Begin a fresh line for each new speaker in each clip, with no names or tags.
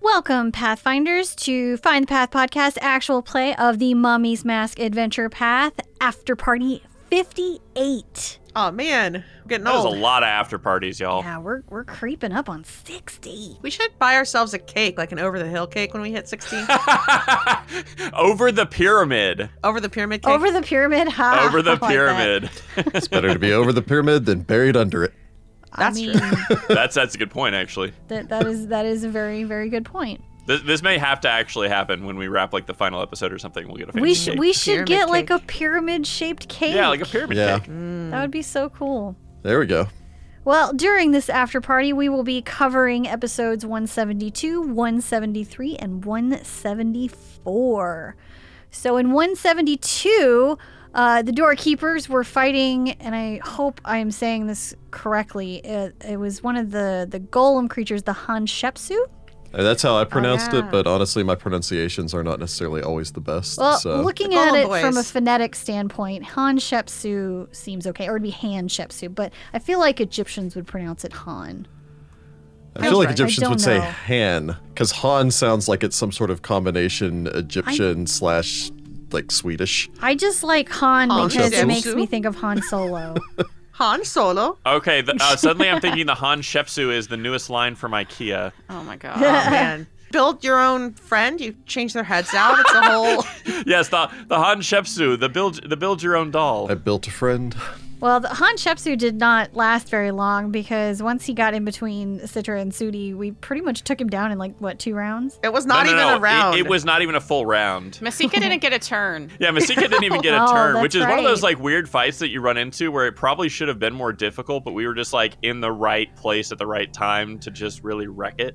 Welcome, Pathfinders, to Find the Path podcast actual play of the Mummy's Mask Adventure Path After Party 58.
Oh man, I'm getting
That was a
Oh.
old.
lot of after parties, y'all.
Yeah, we're, we're creeping up on 60.
we should buy ourselves a cake, like an over the hill cake when we hit 16.
Over the pyramid.
over the pyramid cake.
Over the pyramid high.
Over the
I like that.
pyramid.
It's better to be over the pyramid than buried under it.
That's
I mean,
true.
that's that's a good point, actually.
that, that is that is a very, very good point.
This, this may have to actually happen when we wrap like the final episode or something. We'll get a fancy
We, should
cake.
we should get
Pyramid
like a
cake.
pyramid shaped cake.
yeah, like a pyramid
Yeah.
cake.
That would be so cool.
There we go.
Well, during this after party, we will be covering episodes 172, 173, and 174. So in 172, uh, the doorkeepers were fighting, and I hope I am saying this correctly. It, it was one of the, the golem creatures, the Han Shepsu.
Uh, That's how I pronounced
Oh, yeah.
it, but honestly, my pronunciations are not necessarily always the best.
Well,
so
looking
The
at
Golem
it from a
Boys.
phonetic standpoint, Han Shepsu seems okay, or it'd be Han Shepsu, but I feel like Egyptians would pronounce it Han.
I feel like
I
Egyptians
don't
would say
know.
Han, because Han sounds like it's some sort of combination Egyptian slash like Swedish.
I just like Han,
Han
because it
Shepsu.
makes me think of Han Solo.
Han Solo.
Okay, the, uh, suddenly I'm thinking the Han Shepsu is the newest line from IKEA.
Oh my god. man. Build your own friend. You change their heads out. It's a whole.
Yes, the the Han Shepsu, the build the build your own doll.
I built a friend.
well, the Han Shepsu did not last very long because once he got in between Citra and Sudi, we pretty much took him down in like what two rounds.
It was not
no, no,
even
no.
a round.
It, it was not even a full round.
Masika didn't get a turn.
Yeah, Masika didn't even get a
Oh,
turn,
that's
which is one of those
right.
like weird fights that you run into where it probably should have been more difficult, but we were just like in the right place at the right time to just really wreck it.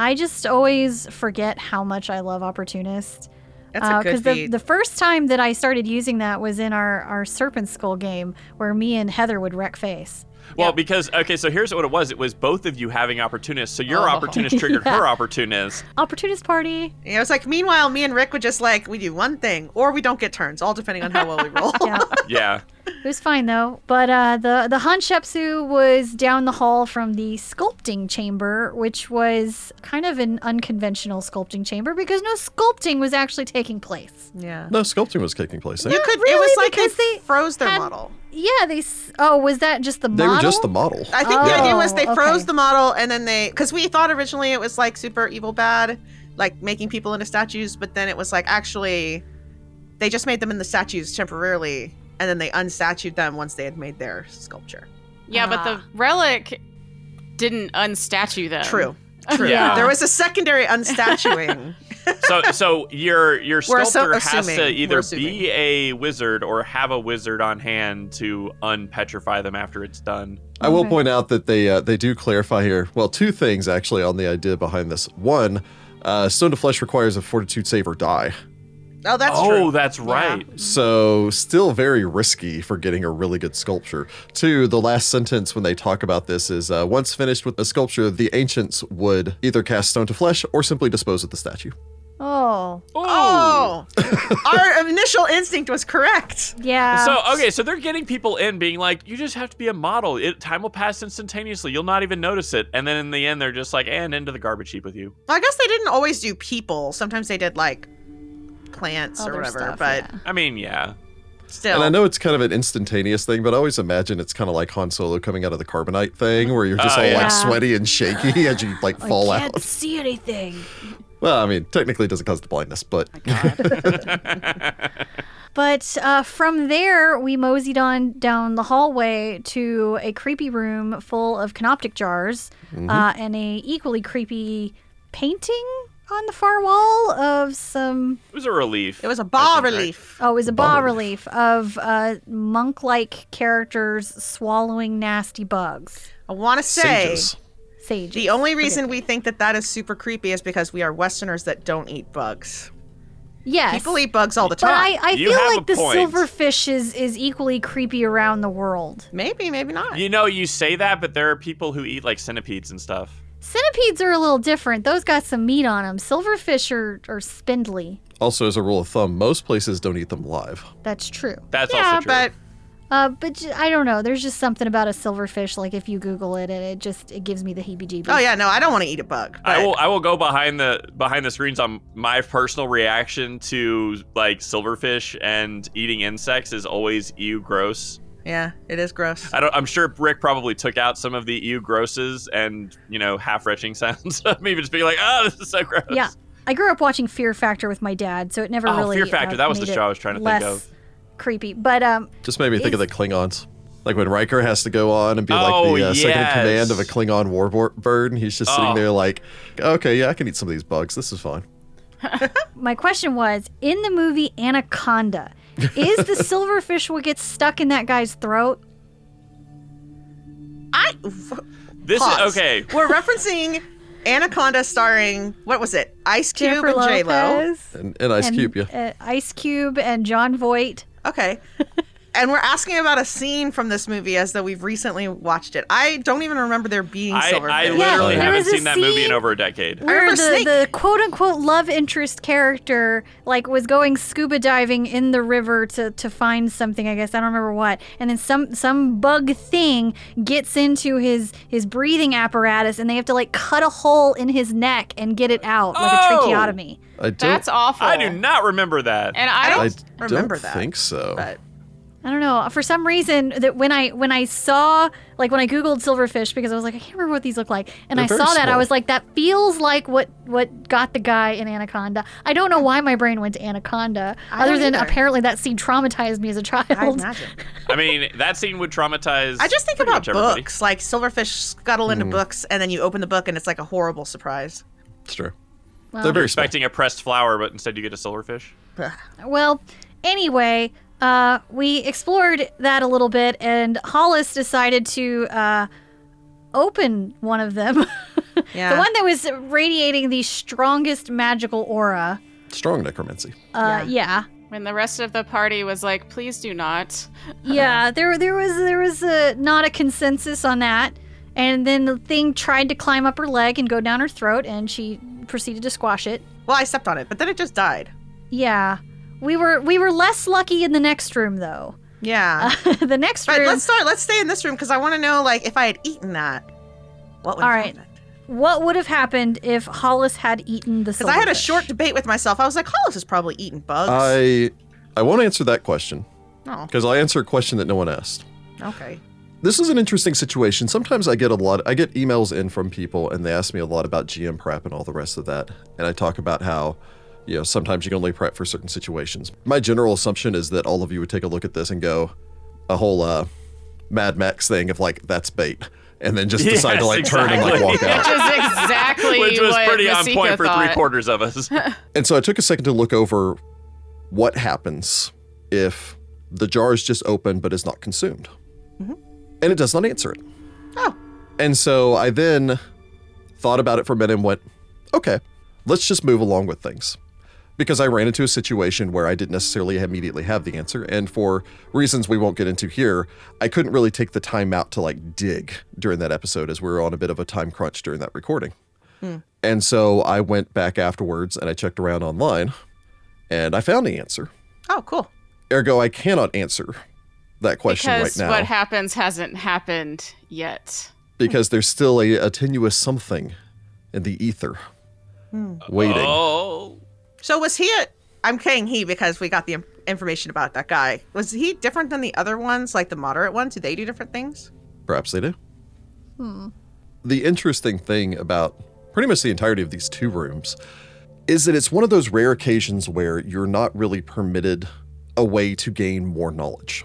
I just always forget how much I love opportunist.
That's
Uh,
a good
the,
beat.
the first time that I started using that was in our, our Serpent Skull game where me and Heather would wreck face.
Well, because okay, so here's what it was. It was both of you having opportunists, so your
Oh.
opportunist triggered
Yeah.
her opportunist.
Opportunist party.
Yeah, it was like, meanwhile, me and Rick would just like, we do one thing or we don't get turns, all depending on how well we roll.
Yeah.
Yeah.
It was fine though. But uh, the the Han Shepsu was down the hall from the sculpting chamber, which was kind of an unconventional sculpting chamber because no sculpting was actually taking place.
Yeah.
No, sculpting was taking place. eh? They,
You could, it
really,
was like
because
they,
they
froze their
had-
model.
Yeah, they. s- Oh, was that just the
they
model?
were just the model.
I think the idea was
Oh,
they froze
okay.
the model and then they, because we thought originally it was like super evil bad, like making people into statues, but then it was like actually, they just made them in the statues temporarily and then they unstatued them once they had made their sculpture.
Yeah, but the
Ah.
relic didn't unstatue them.
True. True.
Yeah.
There was a secondary unstatuing.
So so your your
We're so-
sculptor has
assuming.
to
We're
either
assuming.
be a wizard or have a wizard on hand to unpetrify them after it's done.
I will
Okay.
point out that they uh, they do clarify here. Well, two things actually on the idea behind this. One, uh, stone to flesh requires a fortitude save or die,
oh, that's
oh,
true.
that's right.
so still very risky for getting a really good sculpture. Two, the last sentence when they talk about this is uh, once finished with a sculpture, the ancients would either cast stone to flesh or simply dispose of the statue.
Oh,
Oh, our initial instinct was correct.
yeah.
So
Um,
okay, so they're getting people in, being like, "You just have to be a model. It, time will pass instantaneously. You'll not even notice it." And then in the end, they're just like, "And into the garbage heap with you."
Well, I guess they didn't always do people. Sometimes they did like plants or
Other
whatever,
stuff,
but
yeah.
I mean, yeah,
still.
And I know it's kind of an instantaneous thing, but I always imagine it's kind of like Han Solo coming out of the carbonite thing, where you're just
Oh,
all
yeah.
like sweaty and shaky as you like
I
fall
can't
out.
see anything.
Well, I mean, technically it doesn't cause the blindness, but
But uh, from there, we moseyed on down the hallway to a creepy room full of canoptic jars
Mm-hmm.
uh, and a equally creepy painting on the far wall of some
it was a relief.
it was a bas
I think, right?
relief.
Oh, it was a
Bas
bas relief of uh, monk like characters swallowing nasty bugs.
I want to say
sages.
Sage.
the only reason we think that that is super creepy is because we are Westerners that don't eat bugs.
Yes.
People eat bugs all the
but
time.
I, I
You
feel
have
like
a
the
point.
silverfish is, is equally creepy around the world.
maybe, maybe not.
You know, you say that, but there are people who eat like centipedes and stuff.
Centipedes are a little different. Those got some meat on them. Silverfish are, are spindly.
Also, as a rule of thumb, most places don't eat them live.
That's true.
That's
yeah,
also true.
but
Uh, but j- I don't know. There's just something about a silverfish. Like if you Google it, it, it just it gives me the heebie-jeebies.
Oh yeah, no, I don't want to eat a bug.
I
but-
will I will go behind the behind the screens on my personal reaction to like silverfish and eating insects is always ew gross.
Yeah, it is gross.
I don't I'm sure Rick probably took out some of the ew grosses and, you know, half retching sounds of me just being like, Oh, this is so gross.
Yeah. I grew up watching Fear Factor with my dad, so it never
Oh,
really
Fear Factor,
uh,
that was the
made it
show I was trying to
less
think of.
Creepy, but um,
Just made me think of the Klingons. Like when Riker has to go on and be
Oh,
like the uh, second in command
yes.
of a Klingon warbird, and he's just
Oh.
sitting there like, okay, yeah, I can eat some of these bugs. This is fine.
my question was in the movie Anaconda, is the silverfish what gets stuck in that guy's throat?
I
This
Pause.
is okay.
we're referencing Anaconda starring what was it? Ice Cube
Jennifer
and J Lo.
Lopez
And, and Ice
and,
Cube, yeah.
uh, Ice Cube and John Voight.
Okay. and we're asking about a scene from this movie as though we've recently watched it. I don't even remember there being
I,
silver.
I
fish.
Yeah,
literally
there
haven't
was a
seen that movie in
scene-
over a decade.
where the,
remember Snake.
the quote unquote love interest character like was going scuba diving in the river to, to find something I guess I don't remember what and then some some bug thing gets into his his breathing apparatus and they have to like cut a hole in his neck and get it out like a
Oh!
tracheotomy
I don't,
That's awful.
I do not remember that.
And I
I
don't.
don't
remember that,
think so.
but
I don't know for some reason that when I when I saw like when I googled silverfish because I was like I can't remember what these look like and
They're
I saw
very
that I
small.
was like that feels like what what got the guy in Anaconda I don't know why my brain went to Anaconda
I
other
don't
than
either.
apparently that scene traumatized me as a
I
child
imagine.
I mean, that scene would traumatize.
I just think
pretty
about
much everybody. Hmm.
books, like silverfish scuttle into books, and then you open the book and it's like a horrible surprise.
It's true.
Well,
They're very small.
Expecting a pressed flower, but instead you get a silverfish.
Ugh.
well anyway uh, we explored that a little bit and Hollis decided to uh, open one of them
Yeah.
the one that was radiating the strongest magical aura
Strong necromancy.
uh, yeah.
When the rest of the party was like, please do not.
Yeah, there there was there was a not a consensus on that. And then the thing tried to climb up her leg and go down her throat and she proceeded to squash it.
Well, I stepped on it, but then it just died.
Yeah. We were we were less lucky in the next room though.
Yeah.
the next
but
room
let's start. Let's stay in this room because I want to know, like, if I had eaten that, what would
All
have
right.
happened?
what would have happened if Hollis had eaten the
Because I had a
silverfish?
short debate with myself. I was like, Hollis is probably eating bugs.
I I won't answer that question
no.
because I answer a question that no one asked.
Okay.
This is an interesting situation. Sometimes I get a lot I get emails in from people and they ask me a lot about GM prep and all the rest of that. And I talk about how you know, sometimes you can only prep for certain situations. My general assumption is that all of you would take a look at this and go a whole uh Mad Max thing of like that's bait and then just decide
Yes,
to like turn and like
exactly.
walk out.
Which is exactly
Which was
what
pretty on
Masika
point for
thought.
three quarters of us.
And so I took a second to look over what happens if the jar is just open but is not consumed. And it does not answer it.
Oh.
And so I then thought about it for a minute and went, okay, let's just move along with things. Because I ran into a situation where I didn't necessarily immediately have the answer. And for reasons we won't get into here, I couldn't really take the time out to like dig during that episode as we were on a bit of a time crunch during that recording. And so I went back afterwards and I checked around online and I found the answer.
Oh, cool.
Ergo, I cannot answer that question
Because
right now
what happens hasn't happened yet.
because there's still a, a tenuous something in the ether
Hmm.
waiting.
Oh,
So was he? A, I'm saying he because we got the im- information about that guy. Was he different than the other ones, like the moderate ones? Do they do different things?
Perhaps they do.
Hmm.
The interesting thing about pretty much the entirety of these two rooms is that it's one of those rare occasions where you're not really permitted a way to gain more knowledge.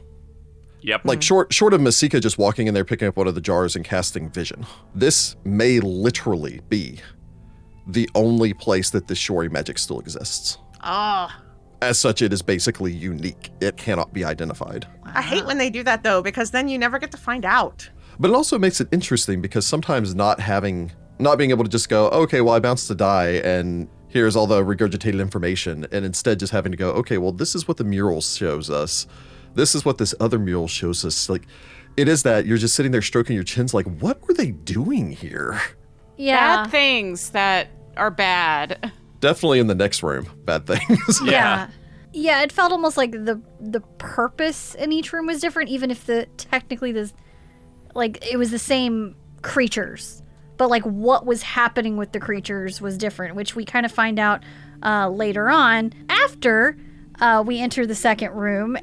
yep.
Like short short of Masika just walking in there picking up one of the jars and casting vision. This may literally be the only place that the Shori magic still exists.
Oh,
As such, it is basically unique. It cannot be identified.
I hate when they do that though because then you never get to find out.
But it also makes it interesting because sometimes not having not being able to just go, okay, well I bounced a die and here's all the regurgitated information, and instead just having to go, okay, well this is what the mural shows us. This is what this other mural shows us. Like it is that you're just sitting there stroking your chins like, what were they doing here?
Yeah.
Bad things that are bad.
Definitely in the next room, bad things.
yeah. yeah, it felt almost like the the purpose in each room was different, even if the technically the like it was the same creatures, but like what was happening with the creatures was different, which we kind of find out uh, later on after uh, we enter the second room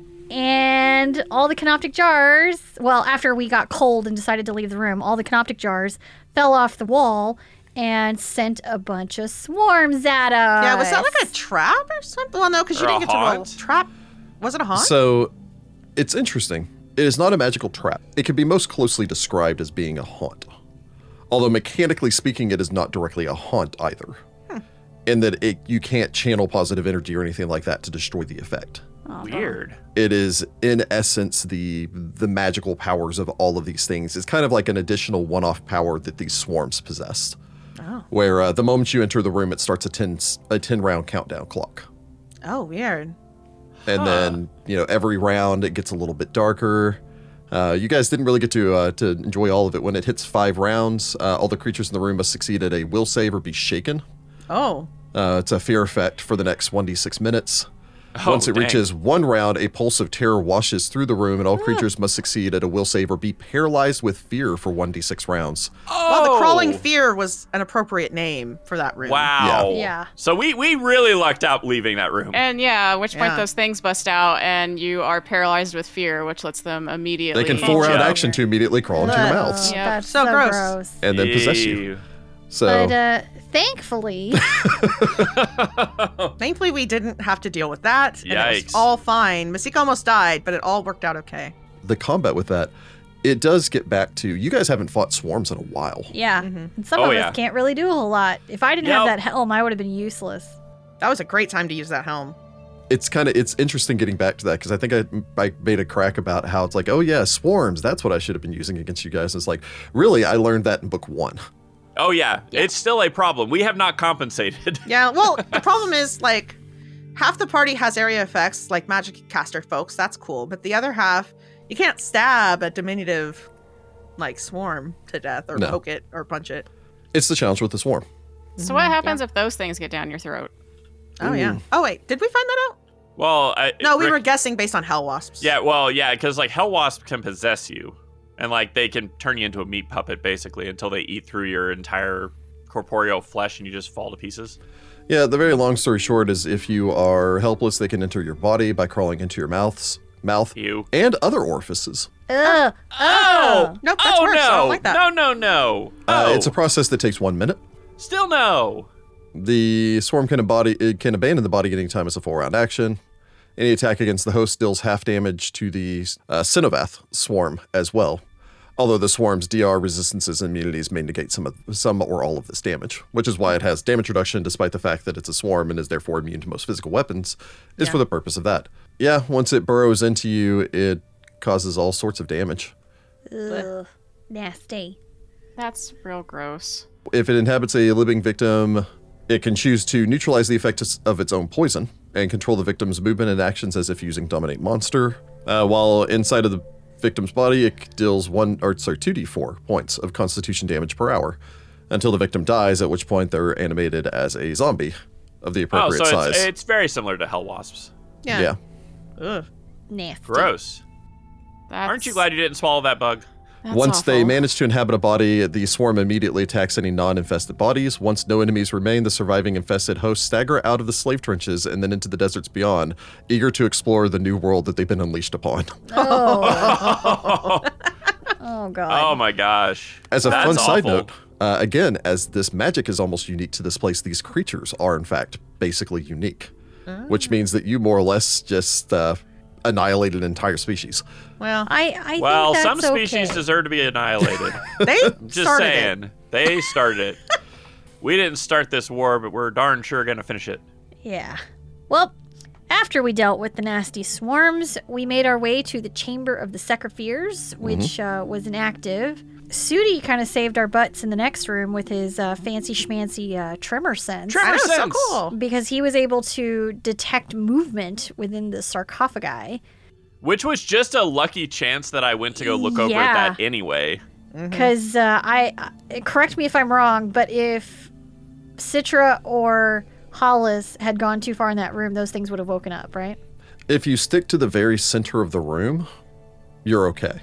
and all the canoptic jars. Well, after we got cold and decided to leave the room, all the canoptic jars fell off the wall and sent a bunch of swarms at us.
Yeah, was that like a trap or something? Well, no, because you
Or a
didn't get to roll
haunt?
trap. Was it a haunt?
So it's interesting. It is not a magical trap. It can be most closely described as being a haunt. Although mechanically speaking, it is not directly a haunt either. In that it you can't channel positive energy or anything like that to destroy the effect.
Oh,
Weird.
It is in essence the the magical powers of all of these things. It's kind of like an additional one-off power that these swarms possessed.
Oh.
Where uh, the moment you enter the room, it starts a 10 s- a 10 round countdown clock.
oh, weird.
and
Huh.
then you know every round it gets a little bit darker. Uh, you guys didn't really get to uh, to enjoy all of it. When it hits five rounds, uh, all the creatures in the room must succeed at a will save or be shaken.
Oh,
Uh, it's a fear effect for the next 1d6 minutes.
Oh,
Once it
dang.
reaches one round, a pulse of terror washes through the room, and all creatures must succeed at a will save or be paralyzed with fear for 1d6 rounds.
well, the crawling
Oh!
fear was an appropriate name for that room.
Wow.
Yeah. Yeah.
So we we really lucked out leaving that room.
And yeah, at which point
Yeah.
those things bust out and you are paralyzed with fear, which lets them immediately.
They can four
Yeah.
round action to immediately crawl into your
Ugh.
mouths
Yeah.
That's so,
So
gross.
gross.
and then possess you.
Ew.
So
But uh, thankfully,
Thankfully, we didn't have to deal with that. And it
Yikes.
was all fine. Masika almost died, but it all worked out okay.
the combat with that, it does get back to you guys haven't fought swarms in a while.
yeah, and some
Oh,
of
yeah.
us can't really do a whole lot. If I didn't have
Nope.
that helm, I would have been useless.
That was a great time to use that helm.
it's kind of it's interesting getting back to that because I think I, I made a crack about how it's like oh yeah swarms that's what I should have been using against you guys. It's like really I learned that in book one.
Oh yeah. It's still a problem. We have not compensated.
Yeah, well, the problem is like half the party has area effects, like magic caster folks. That's cool, but the other half, you can't stab a diminutive like swarm to death or
No.
poke it or punch it.
It's the challenge with the swarm.
So what happens if those things get down your throat?
Oh yeah. Oh wait, did we find that out?
well, I,
No, we
Rick-
were guessing based on hell wasps.
Yeah, well, yeah, because like hell wasp can possess you, and like they can turn you into a meat puppet basically until they eat through your entire corporeal flesh and you just fall to pieces.
Yeah, the very long story short is if you are helpless they can enter your body by crawling into your mouths mouth
You.
and other orifices.
Ugh.
Oh,
Nope, that's
oh
worse.
no,
I don't like that.
no, no, no.
Uh,
oh,
it's a process that takes one minute.
still no. Oh,
The swarm can embody it can abandon the body at any time as a four round action. Any attack against the host deals half damage to the uh, Cenovath swarm as well. Although the swarm's DR resistances and immunities may negate some of some or all of this damage, which is why it has damage reduction despite the fact that it's a swarm and is therefore immune to most physical weapons, is for the purpose of that. Yeah, once it burrows into you, it causes all sorts of damage.
Oh.
Ugh. Nasty.
That's real gross.
If it inhabits a living victim, it can choose to neutralize the effect of its own poison and control the victim's movement and actions as if using dominate monster. Uh, while inside of the victim's body, it deals one or sorry two d4 points of Constitution damage per hour until the victim dies, at which point they're animated as a zombie of the
Oh,
appropriate
so
size.
it's, it's very similar to hell wasps.
Yeah.
yeah.
Ugh.
Nasty.
Gross.
That's,
Aren't you glad you didn't swallow that bug?
that's
Once they
awful.
manage to inhabit a body, the swarm immediately attacks any non infested bodies. Once no enemies remain, the surviving infested hosts stagger out of the slave trenches and then into the deserts beyond, eager to explore the new world that they've been unleashed upon.
Oh.
Oh,
oh god.
my gosh.
As a
That's
fun side
awful.
note, uh, again, as this magic is almost unique to this place, these creatures are in fact basically unique, which means that you more or less just uh, annihilate an entire species.
Well,
I I
Well,
think
some
that's
species
okay.
deserve to be annihilated.
they
Just
started it.
saying. They started it. we didn't start this war, but we're darn sure going to finish it.
Yeah. Well, after we dealt with the nasty swarms, we made our way to the Chamber of the Secrepheres, which uh, was inactive. Sudi kind of saved our butts in the next room with his uh, fancy schmancy uh, tremor sense.
Trevor,
Makes
so
sense.
cool.
because he was able to detect movement within the sarcophagi.
Which was just a lucky chance that I went to go look over
Yeah.
at that anyway.
Because uh, I, I- correct me if I'm wrong, but if Citra or Hollis had gone too far in that room, those things would have woken up, right?
If you stick to the very center of the room, you're okay.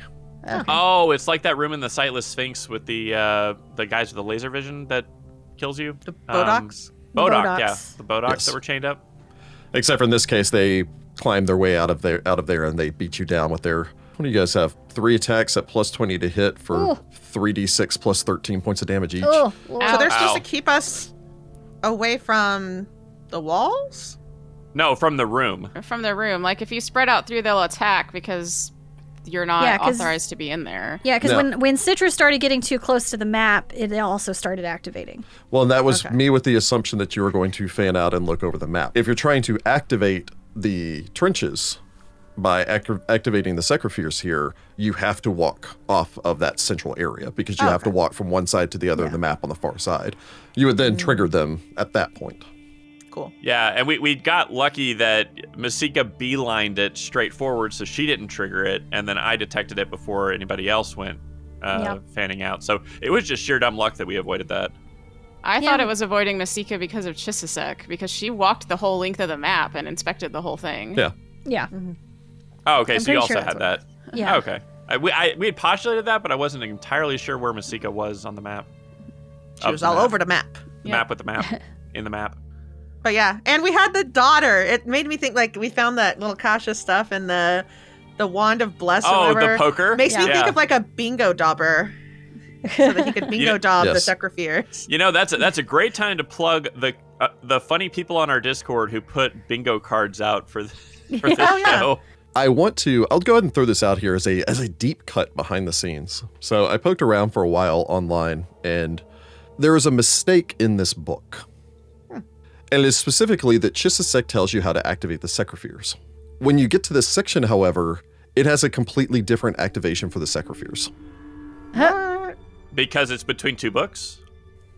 Oh, it's like that room in the Sightless Sphinx with the uh, the guys with the laser vision that kills you. The
Bodox?
Bodox,
Bodox.
yeah, the Bodox
Yes.
that were chained up.
Except for in this case, they climb their way out of there, out of there, and they beat you down with their. What do you guys have? Three attacks at plus twenty to hit for
Ooh.
three d six plus thirteen points of damage each.
Oh,
So
Ow.
they're supposed
Ow.
to keep us away from the walls?
No, from the room.
from their room. Like if you spread out through, they'll attack because you're not
Yeah, 'cause-
authorized to be in there.
yeah, because
No.
when when Citrus started getting too close to the map, it also started activating.
Well, and that was
Okay.
me with the assumption that you were going to fan out and look over the map. If you're trying to activate the trenches by ac- activating the secrephiers here, you have to walk off of that central area because you have to walk from one side to the other of the map on the far side. You would then trigger them at that point.
Cool.
Yeah, and we, we got lucky that Masika beelined it straight forward, so she didn't trigger it, and then I detected it before anybody else went uh,
Yeah.
fanning out. So it was just sheer dumb luck that we avoided that.
I
Yeah.
thought it was avoiding Masika because of Chisisek, because she walked the whole length of the map and inspected the whole thing.
Yeah.
Yeah,
Oh, okay,
I'm
so
pretty
you also
sure
had that.
that's yeah.
Oh, okay. I, we, I, we had postulated that, but I wasn't entirely sure where Masika was on the map.
She
Of
was
the
all
map.
over the map.
The
Yeah.
map with the map. in the map.
But yeah, and we had the daughter. It made me think like we found that little Kasha stuff and the the wand of bless. or
Oh, the
whatever.
poker?
Makes me
Yeah.
think of like a bingo dauber, so that he could bingo
Yeah.
daub
Yes.
the Secrephiers.
You know, that's a, that's a great time to plug the uh, the funny people on our Discord who put bingo cards out for, th- for this
Oh, yeah.
show.
I want to. I'll go ahead and throw this out here as a as a deep cut behind the scenes. So I poked around for a while online, and there is a mistake in this book, and it is specifically that Chisisek tells you how to activate the Secrephiers. When you get to this section, however, it has a completely different activation for the Secrephiers.
Because it's between two books?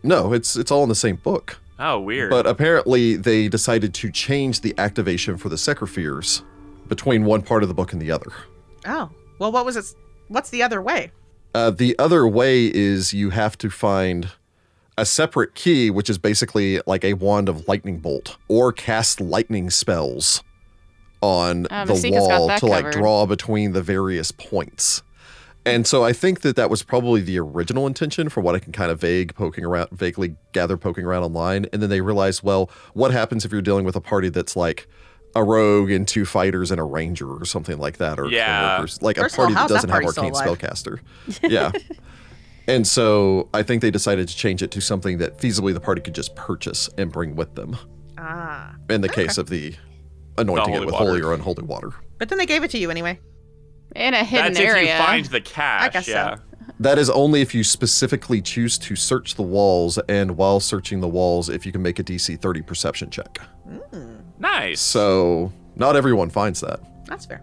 No, it's it's all in the same book.
Oh, weird.
But uh, apparently, they decided to change the activation for the Secrephiers between one part of the book and the other.
Oh, well, what was it? What's the other way?
Uh, the other way is you have to find a separate key, which is basically like a wand of lightning bolt, or cast lightning spells on
Ah,
the
Masika's got
wall to
that
like
covered.
draw between the various points. And so I think that that was probably the original intention, from what I can kind of vague poking around, vaguely gather poking around online. And then they realized, well, what happens if you're dealing with a party that's like a rogue and two fighters and a ranger or something like that, or
Yeah.
clerk or- like
First
a
of all,
party that
how's that
doesn't have
party still
arcane
alive?
spellcaster. Yeah. And so I think they decided to change it to something that feasibly the party could just purchase and bring with them.
Ah,
In the case of the anointing it
holy
with
water.
holy or unholy water.
but then they gave it to you anyway.
In a hidden
That's
area.
if you find the cache.
I guess so.
yeah.
That is only if you specifically choose to search the walls, and while searching the walls, if you can make a DC 30 perception check.
Nice.
So not everyone finds that.
That's fair.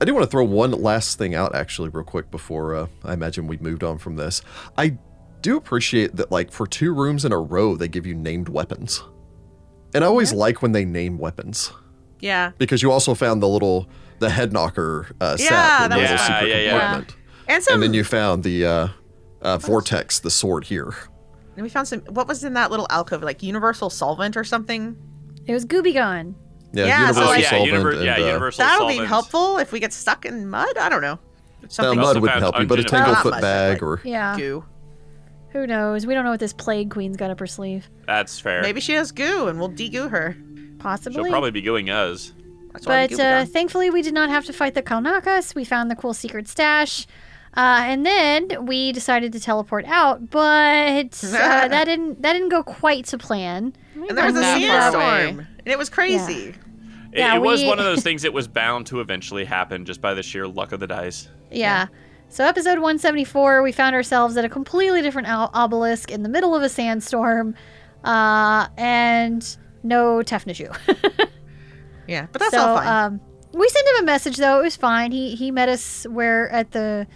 I do want to throw one last thing out, actually, real quick before uh, I imagine we moved on from this. I do appreciate that, like, for two rooms in a row, they give you named weapons. And I always like when they name weapons
Yeah,
because you also found the little, the head knocker uh,
Yeah,
sap in
that
the
was
little
cool.
secret
Yeah, yeah, yeah.
compartment.
and some.
And then you found the uh, uh, vortex, the sword here.
and we found some. What was in that little alcove? Like universal solvent or something.
It was Gooby Gone.
Yeah,
Yeah, so,
universal
oh,
like-
yeah,
solvent.
univer-
and,
yeah,
uh,
universal
That'll be
solvents.
helpful if we get stuck in mud. I don't know. If
now,
Something
mud
also
would
found
help you, but a
ungenome- Well,
not
tangle foot
much,
bag
but,
or
Yeah.
goo.
Who knows? We don't know what this plague queen's got up her sleeve.
That's fair.
Maybe she has goo, and we'll de-goo her.
Possibly.
She'll probably be going us.
That's why
But
we
uh,
googled them.
thankfully, we did not have to fight the Kalnakas. We found the cool secret stash. Uh, and then we decided to teleport out, but uh, that didn't that didn't go quite to plan.
and there was a
Not that way.
sandstorm, and it was crazy.
It,
Yeah,
it was
we-
one of those things that was bound to eventually happen just by the sheer luck of the dice.
Yeah. So episode 174, we found ourselves at a completely different o- obelisk in the middle of a sandstorm, uh, and no Tefnishu.
Yeah, but that's
so
all fine.
um, we sent him a message though. It was fine. He he met us where at the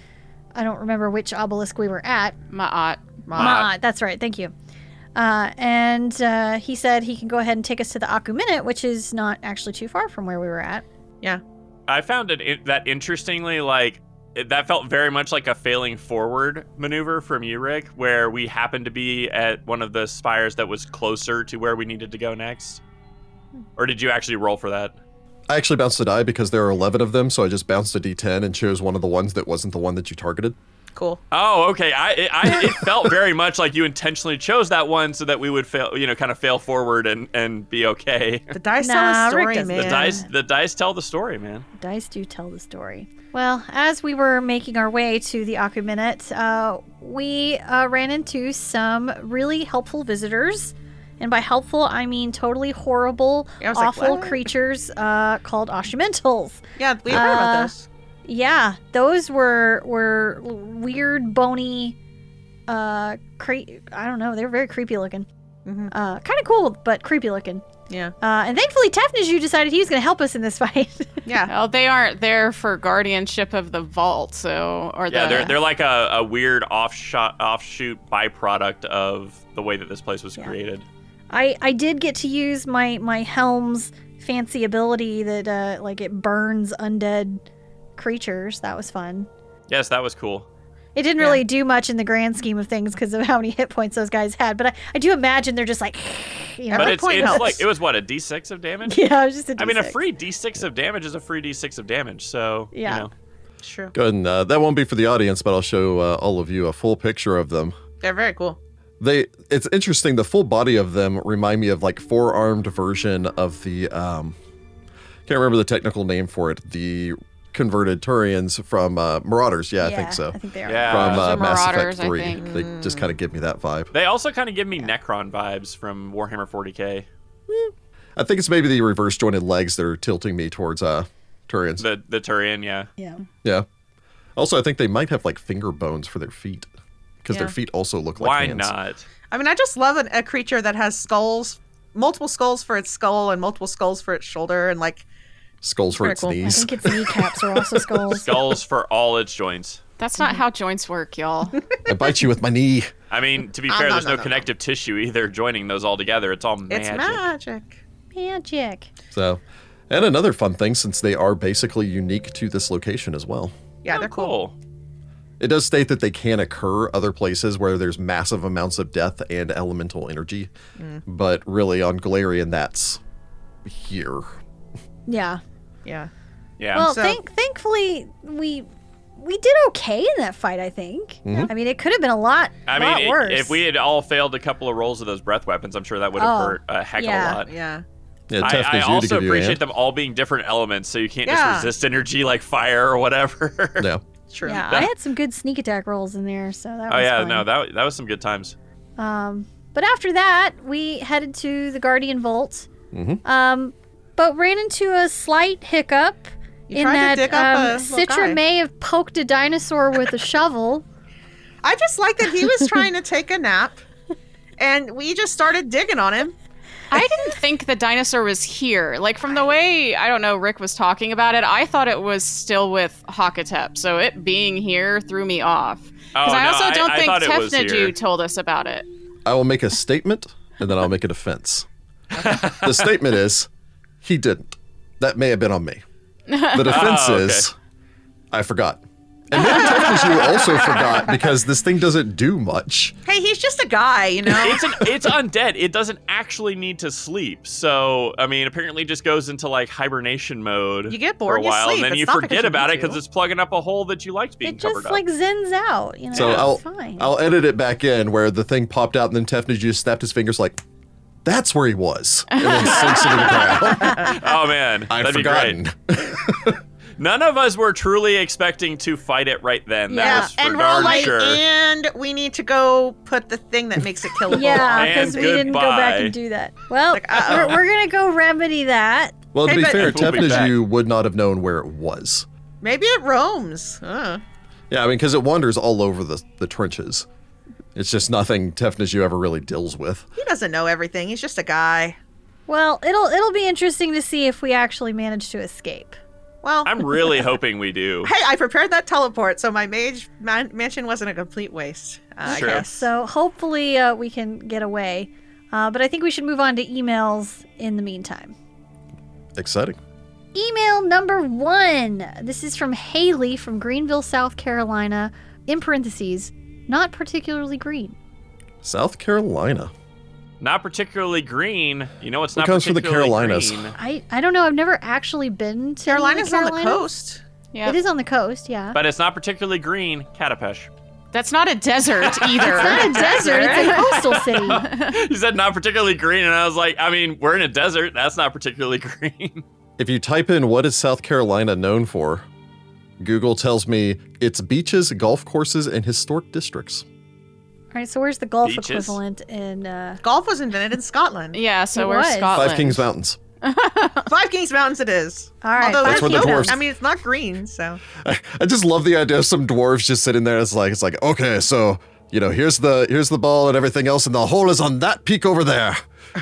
I don't remember which obelisk we were at,
My aunt.
Ah.
Maat, that's right. Thank you. Uh, and uh, he said he can go ahead and take us to the Aku Minute, which is not actually too far from where we were at.
yeah,
I found it in- that interestingly, like it- that felt very much like a failing forward maneuver from you, Rick, where we happened to be at one of the spires that was closer to where we needed to go next.
Hmm.
Or did you actually roll for that?
I actually bounced a die because there are 11 of them, so I just bounced a d10 and chose one of the ones that wasn't the one that you targeted.
Cool.
Oh, okay. I it, I it felt very much like you intentionally chose that one so that we would fail, you know, kind of fail forward and and be okay.
The dice
Nah,
tell a
Rick
story,
doesn't.
man.
The dice the dice tell the story, man.
Dice do tell the story. Well, as we were making our way to the Aku Minute, uh, we uh, ran into some really helpful visitors. And by helpful, I mean totally horrible,
Yeah, I was like,
awful
"What?"
creatures uh, called Oshimentals.
Yeah, we heard
Uh,
about this.
Yeah, those were were weird, bony, uh, cre- I don't know. They were very creepy looking.
Mhm.
Uh, kind of cool, but creepy looking.
Yeah.
Uh, and thankfully, Tefnaju decided he was going to help us in this fight.
Yeah.
Well, they aren't there for guardianship of the vault, so or
Yeah,
the
they're they're like a, a weird offshot offshoot byproduct of the way that this place was
Yeah.
created.
I I did get to use my my helm's fancy ability that uh, like it burns undead creatures. That was fun.
Yes, that was cool.
It didn't
Yeah.
really do much in the grand scheme of things because of how many hit points those guys had, but I, I do imagine they're just like, you know,
But
Every
it's,
point
it's
helps.
like it was what a d6 of damage.
yeah, it was just a
I mean, a
D6.
free d6 of damage is a free d6 of damage. So you
Yeah.
know.
It's true.
Good, and uh, that won't be for the audience, but I'll show uh, all of you a full picture of them.
They're very cool.
They, it's interesting. The full body of them remind me of like four armed version of the, um, can't remember the technical name for it. The converted Turians from uh, Marauders. Yeah, I think so.
I think they are.
Yeah.
from
Those
uh,
are
Mass Effect
Marauders, I
Three.
think. Mm.
They just kind of give me that vibe.
They also kind of give me Necron vibes from Warhammer 40k.
I think it's maybe the reverse jointed legs that are tilting me towards uh, Turians.
The the Turian, yeah.
Yeah.
Yeah. Also, I think they might have like finger bones for their feet because their
Yeah.
feet also look like
Why
hands.
not?
I mean, I just love an, a creature that has skulls, multiple skulls for its skull and multiple skulls for its shoulder, and like
Skulls for
Pretty
its
cool. I
I
knees.
think its kneecaps are also skulls.
Skulls for all its joints.
That's not how joints work, y'all.
I bite you with my knee.
I mean, to be
Ah,
fair,
no,
there's
no, no,
no,
no.
connective tissue either joining those all together. It's all magic.
it's magic.
Magic.
So, and another fun thing since they are basically unique to this location as well.
Yeah,
Oh,
they're cool.
cool.
It does state that they can occur other places where there's massive amounts of death and elemental energy, but really on Galarian, that's here.
Yeah.
Yeah.
Yeah.
Well,
so-
thank thankfully we we did okay in that fight. I think.
Mm-hmm.
I mean, it could have been a lot.
I
lot
mean,
worse.
it, if we had all failed a couple of rolls of those breath weapons, I'm sure that would have
Oh,
hurt a heck
yeah.
of a lot.
Yeah.
Yeah, tough
I, I
news you to
also
give you a
appreciate
hand.
them all being different elements, so you can't
Yeah.
just resist energy like fire or whatever.
Yeah.
True.
Yeah, I
That-
had some good sneak attack rolls in there, so that
oh
was
yeah,
fun.
no, that that was some good times.
Um, but after that, we headed to the Guardian Vault.
Mm-hmm.
Mhm.
Um, but ran into a slight hiccup
You
in
tried to
that
dig up a
um,
little
Citra
guy.
may have poked a dinosaur with a shovel.
I just like that he was trying to take a nap, and we just started digging on him.
I didn't think the dinosaur was here. Like from the way I don't know Rick was talking about it, I thought it was still with Hakatep. So it being here threw me off. Because
Oh,
I
no,
also
I-
don't
I
think
thought it was here.
Tefnaju told us about it.
I will make a statement and then I'll make a defense. the statement is he didn't. That may have been on me. The defense
Oh, okay.
is I forgot. And maybe Tefnaju also forgot because this thing doesn't do much.
Hey, he's just a guy, you know.
It's an, it's undead. It doesn't actually need to sleep. So I mean, apparently, it just goes into like hibernation mode.
You get
for
bored,
a
you
while,
sleep.
and then
It's
you
not because
forget
you
about
need
it because
to.
it's plugging up a hole that you liked being
It
covered
just
up.
like zens out, you know.
So
it's
I'll
fine.
I'll edit it back in where the thing popped out and then Tefnaju just snapped his fingers like that's where he was. And then sinks into the ground.
oh man,
I'd
that'd be
forgotten.
great. None of us were truly expecting to fight it right then. That was for
and
darn
we're like,
sure.
and we need to go put the thing that makes it killable.
yeah,
And
because we didn't go back
goodbye.
and do that. Well,
Like, uh-oh.
we're, we're gonna go remedy that.
Well, to
Hey,
be
but-
fair,
We'll be
Tefnaju would not have known where it was.
Maybe it roams. Uh,
Yeah, I mean, because it wanders all over the, the trenches. It's just nothing Tefnaju ever really deals with.
he doesn't know everything. He's just a guy.
Well, it'll it'll be interesting to see if we actually manage to escape.
Well,
I'm really hoping we do.
hey, I prepared that teleport, so my mage man- mansion wasn't a complete waste. Uh,
Sure.
I guess.
So hopefully uh, we can get away. Uh, but I think we should move on to emails in the meantime.
Exciting.
Email number one. This is from Haley from Greenville, South Carolina. In parentheses, not particularly green.
South Carolina.
Not particularly green. You know it's
What
not
comes from the
particularly
Carolinas?
green,
I, I don't know. I've never actually been to
Carolina's
the
on
Carolinas.
the coast.
Yeah.
It is on the coast, yeah.
but it's not particularly green. Catapesh.
That's not a desert either.
it's not a desert. It's a coastal city.
you said not particularly green, and I was like, I mean, we're in a desert. That's not particularly green.
If you type in what is South Carolina known for, Google tells me it's beaches, golf courses, and historic districts.
All right. So where's the golf
Beaches.
equivalent in? Uh,
Golf was invented in Scotland.
yeah, so
It
we're
was.
Scotland.
Five Kings Mountains.
Five Kings Mountains it is.
all right.
Although
That's
that's
what the dwarves-
I mean, it's not green, so
I just love the idea of some dwarves just sitting there. It's like it's like okay, so you know here's the here's the ball and everything else, and the hole is on that peak over there.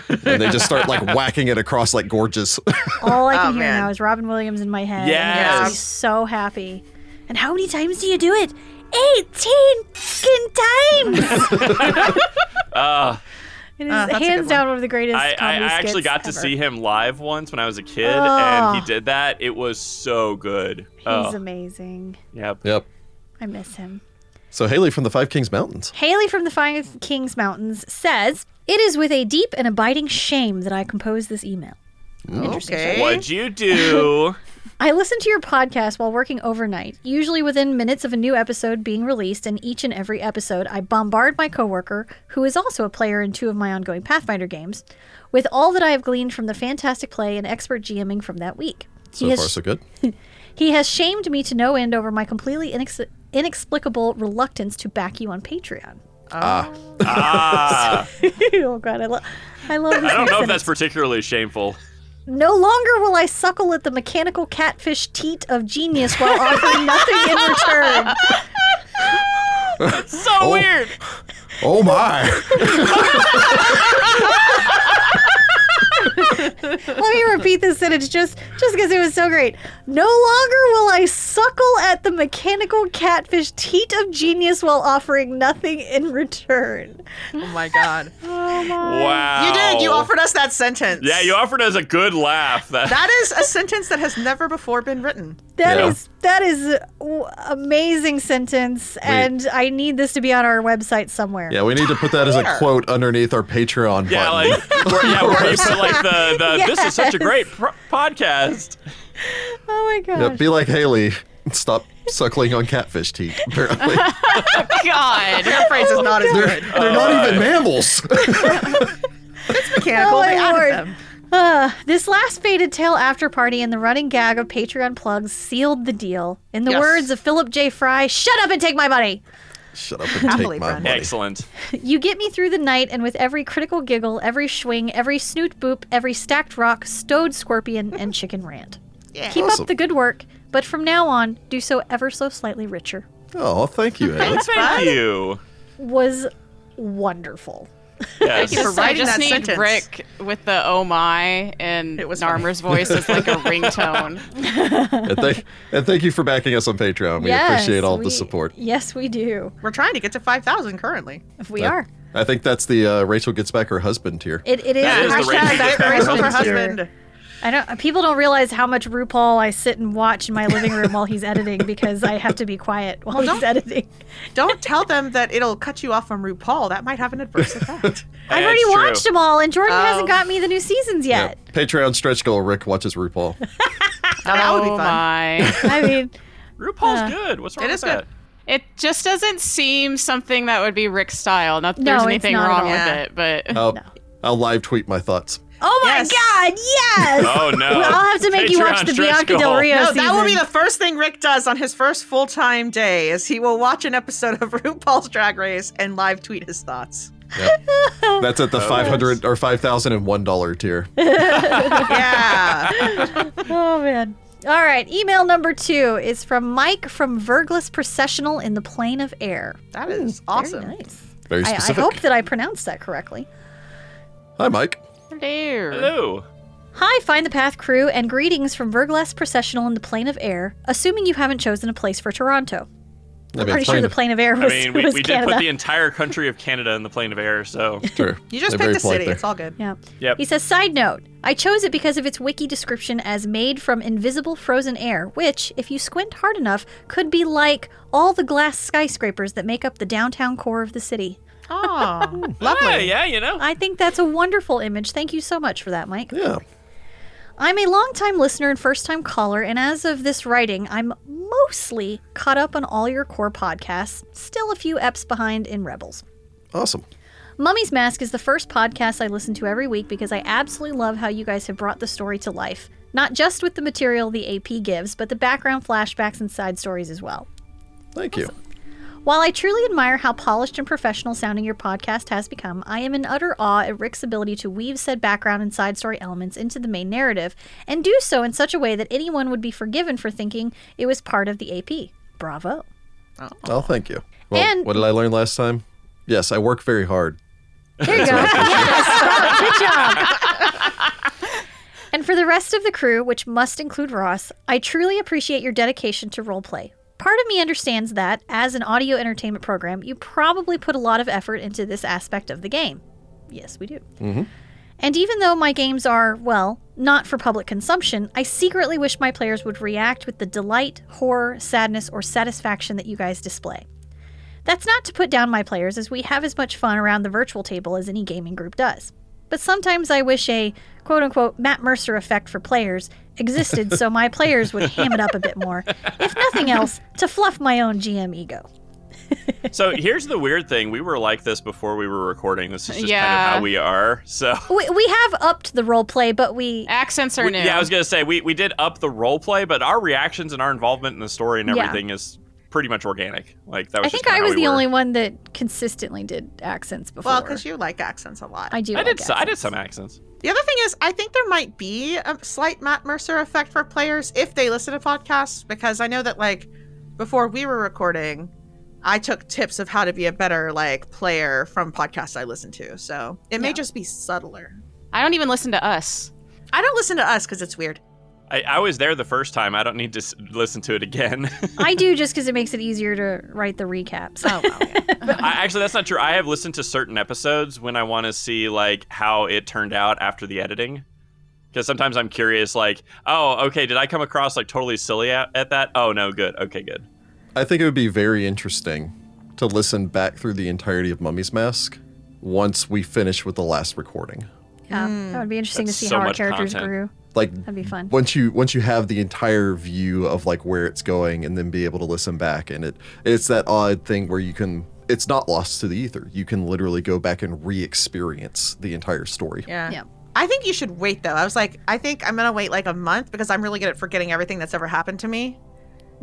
and they just start like whacking it across like gorges.
All I can
Oh,
hear
man.
now is Robin Williams in my head.
Yes.
I'm so happy. And how many times do you do it? 18 fucking times!
Uh,
It is
Ah, that's a good
hands
one.
down one of the greatest.
I, I, I
comedy
actually
skits
got to
ever.
see him live once when I was a kid,
Oh.
and he did that. It was so good.
He's
Oh,
amazing.
yep.
yep.
I miss him.
So Haley from the Five Kings Mountains.
Haley from the Five Kings Mountains says, It is with a deep and abiding shame that I composed this email. Interesting.
okay.
What'd you do?
I listen to your podcast while working overnight, usually within minutes of a new episode being released, and each and every episode I bombard my coworker, who is also a player in two of my ongoing Pathfinder games, with all that I have gleaned from the fantastic play and expert GMing from that week.
So
he, has,
far, so good.
he has shamed me to no end over my completely inex- inexplicable reluctance to back you on Patreon.
ah,
oh god, I love, I love.
I don't know if that's particularly shameful.
No longer will I suckle at the mechanical catfish teat of genius while offering nothing in return.
So weird.
Oh my!
Let me repeat this sentence just just because it was so great. No longer will I suckle at the mechanical catfish teat of genius while offering nothing in return.
Oh my god.
Wow.
You did. You offered us that sentence.
Yeah, you offered us a good laugh. That,
That is a sentence that has never before been written.
That
Yeah.
is that is a w- amazing sentence, and I need this to be on our website somewhere.
Yeah, we need to put that as a quote underneath our Patreon
yeah,
button.
like where, yeah, where you put like the, the this is such a great pro- podcast.
Oh my
Yeah,
gosh.
be like Haley. Stop suckling on catfish teeth. Apparently,
Oh God.
That phrase is not as
they're,
good.
they're not even mammals.
Mechanical.
Oh, my
they added
lord.
them.
Uh, this last faded tale after party and the running gag of Patreon plugs sealed the deal. In the
Yes.
words of Philip J. Fry, shut up and take my money.
Shut up and
Happily,
take my
Brad.
money.
Excellent.
You get me through the night, and with every critical giggle, every swing, every snoot boop, every stacked rock, stowed scorpion, and chicken rant. Keep
Awesome.
up the good work, but from now on, do so ever so slightly richer.
Oh, thank you, Haley.
Thank you.
Was wonderful.
Yes.
you for
Just- I
writing
just
that
need
sentence.
Rick with the oh my and
It was
Narmer's voice as like a ringtone.
and thank and thank you for backing us on Patreon. We appreciate all of
we-
the support.
Yes, we do.
We're trying to get to 5,000 currently.
If we
I-
are.
I think that's the uh, Rachel gets back her husband tier.
It, it is.
That is the
hashtag that
Rachel Gets Back Her
Rachel
for
Gets Back Her
husband.
I don't. uh, People don't realize how much RuPaul I sit and watch in my living room while he's editing because I have to be quiet while he's
don't-
editing.
Don't tell them that it'll cut you off from RuPaul. That might have an adverse effect.
I've
That's
already
true.
watched them all, and Jordan
Oh.
hasn't got me the new seasons
Yeah.
yet.
Patreon stretch goal. Rick watches RuPaul.
Now, that would be
Oh
fun.
my.
I mean,
RuPaul's
Uh,
good. What's wrong
it
with
is good.
that?
It just doesn't seem something that would be Rick's style. Not that
No,
there's
it's
anything
not at
wrong
all.
with
Yeah.
it, but
I'll, I'll live tweet my thoughts.
oh my
Yes.
god, yes!
Oh no.
Well, I'll have to make you watch
Patreon
the
stretch
Bianca Del
goal.
Rio
No,
season.
that will be the first thing Rick does on his first full-time day is he will watch an episode of RuPaul's Drag Race and live tweet his thoughts.
Yep. That's at the five hundred or five thousand and one dollar tier.
Yeah.
oh man. All right, email number two is from Mike from Vergless Processional in the Plane of Air.
that is
Very
awesome.
nice.
Very
I, I
specific.
hope that I pronounced that correctly.
Hi, Mike.
Hello.
Hello.
Hi, Find the Path crew, and greetings from Vergless Processional in the Plane of Air, assuming you haven't chosen a place for Toronto.
I mean,
Pretty sure
plane
the
of-
plane of air
I
was,
mean, we,
was
we did
Canada.
put the entire country of Canada in the plane of air, so
Sure.
You just picked
They're very
a
polite
city.
there.
It's all good.
Yeah.
Yep.
He says, side note, I chose it because of its wiki description as made from invisible frozen air, which, if you squint hard enough, could be like all the glass skyscrapers that make up the downtown core of the city.
Oh,
yeah,
lovely.
yeah, you know.
I think that's a wonderful image. Thank you so much for that, Mike.
Yeah.
I'm a longtime listener and first time caller, and as of this writing, I'm mostly caught up on all your core podcasts, still a few eps behind in Rebels.
Awesome.
Mummy's Mask is the first podcast I listen to every week because I absolutely love how you guys have brought the story to life. Not just with the material the AP gives, but the background flashbacks and side stories as well.
Thank you.
While I truly admire how polished and professional sounding your podcast has become, I am in utter awe at Rick's ability to weave said background and side story elements into the main narrative, and do so in such a way that anyone would be forgiven for thinking it was part of the AP. Bravo.
Oh, thank you. Well,
And-
what did I learn last time? Yes, I work very hard.
There you go. Yes, Good job. and for the rest of the crew, which must include Ross, I truly appreciate your dedication to roleplay. Part of me understands that, as an audio entertainment program, you probably put a lot of effort into this aspect of the game. Yes, we do. And even though my games are, well, not for public consumption, I secretly wish my players would react with the delight, horror, sadness, or satisfaction that you guys display. That's not to put down my players, as we have as much fun around the virtual table as any gaming group does. But sometimes I wish a quote unquote Matt Mercer effect for players existed so my players would ham it up a bit more, if nothing else, to fluff my own GM ego.
So here's the weird thing: we were like this before we were recording. This is just kind
Yeah.
of how we are. So
We, we have upped the role play, but we.
Accents are
We-
new.
yeah, I was gonna say we we did up the role play, but our reactions and our involvement in the story and
Yeah.
everything is pretty much organic. Like that
I
was.
think
just kinda
I
how
was
we
the
were.
only one that consistently did accents before.
Well, because you like accents a lot.
I do.
I
like
did. so- I did
accents.
some accents.
The other thing is, I think there might be a slight Matt Mercer effect for players if they listen to podcasts, because I know that, like, before we were recording, I took tips of how to be a better, like, player from podcasts I listen to. So it may
Yeah.
just be subtler.
I don't even listen to us.
I don't listen to us because it's weird.
I, I was there the first time. I don't need to s- listen to it again.
I do just because it makes it easier to write the recaps.
Oh, wow.
I, actually, that's not true. I have listened to certain episodes when I want to see like how it turned out after the editing, because sometimes I'm curious. Like, oh, okay, did I come across like totally silly at, at that? Oh no, good. Okay, good.
I think it would be very interesting to listen back through the entirety of Mummy's Mask once we finish with the last recording.
Yeah, that would be interesting
mm. That's
to see
so
how our
much
characters
content.
grew.
Like
That'd be fun.
once you once you have the entire view of like where it's going and then be able to listen back and it it's that odd thing where you can it's not lost to the ether. You can literally go back and re-experience the entire story.
Yeah.
Yeah.
I think you should wait, though. I was like, I think I'm going to wait like a month because I'm really good at forgetting everything that's ever happened to me.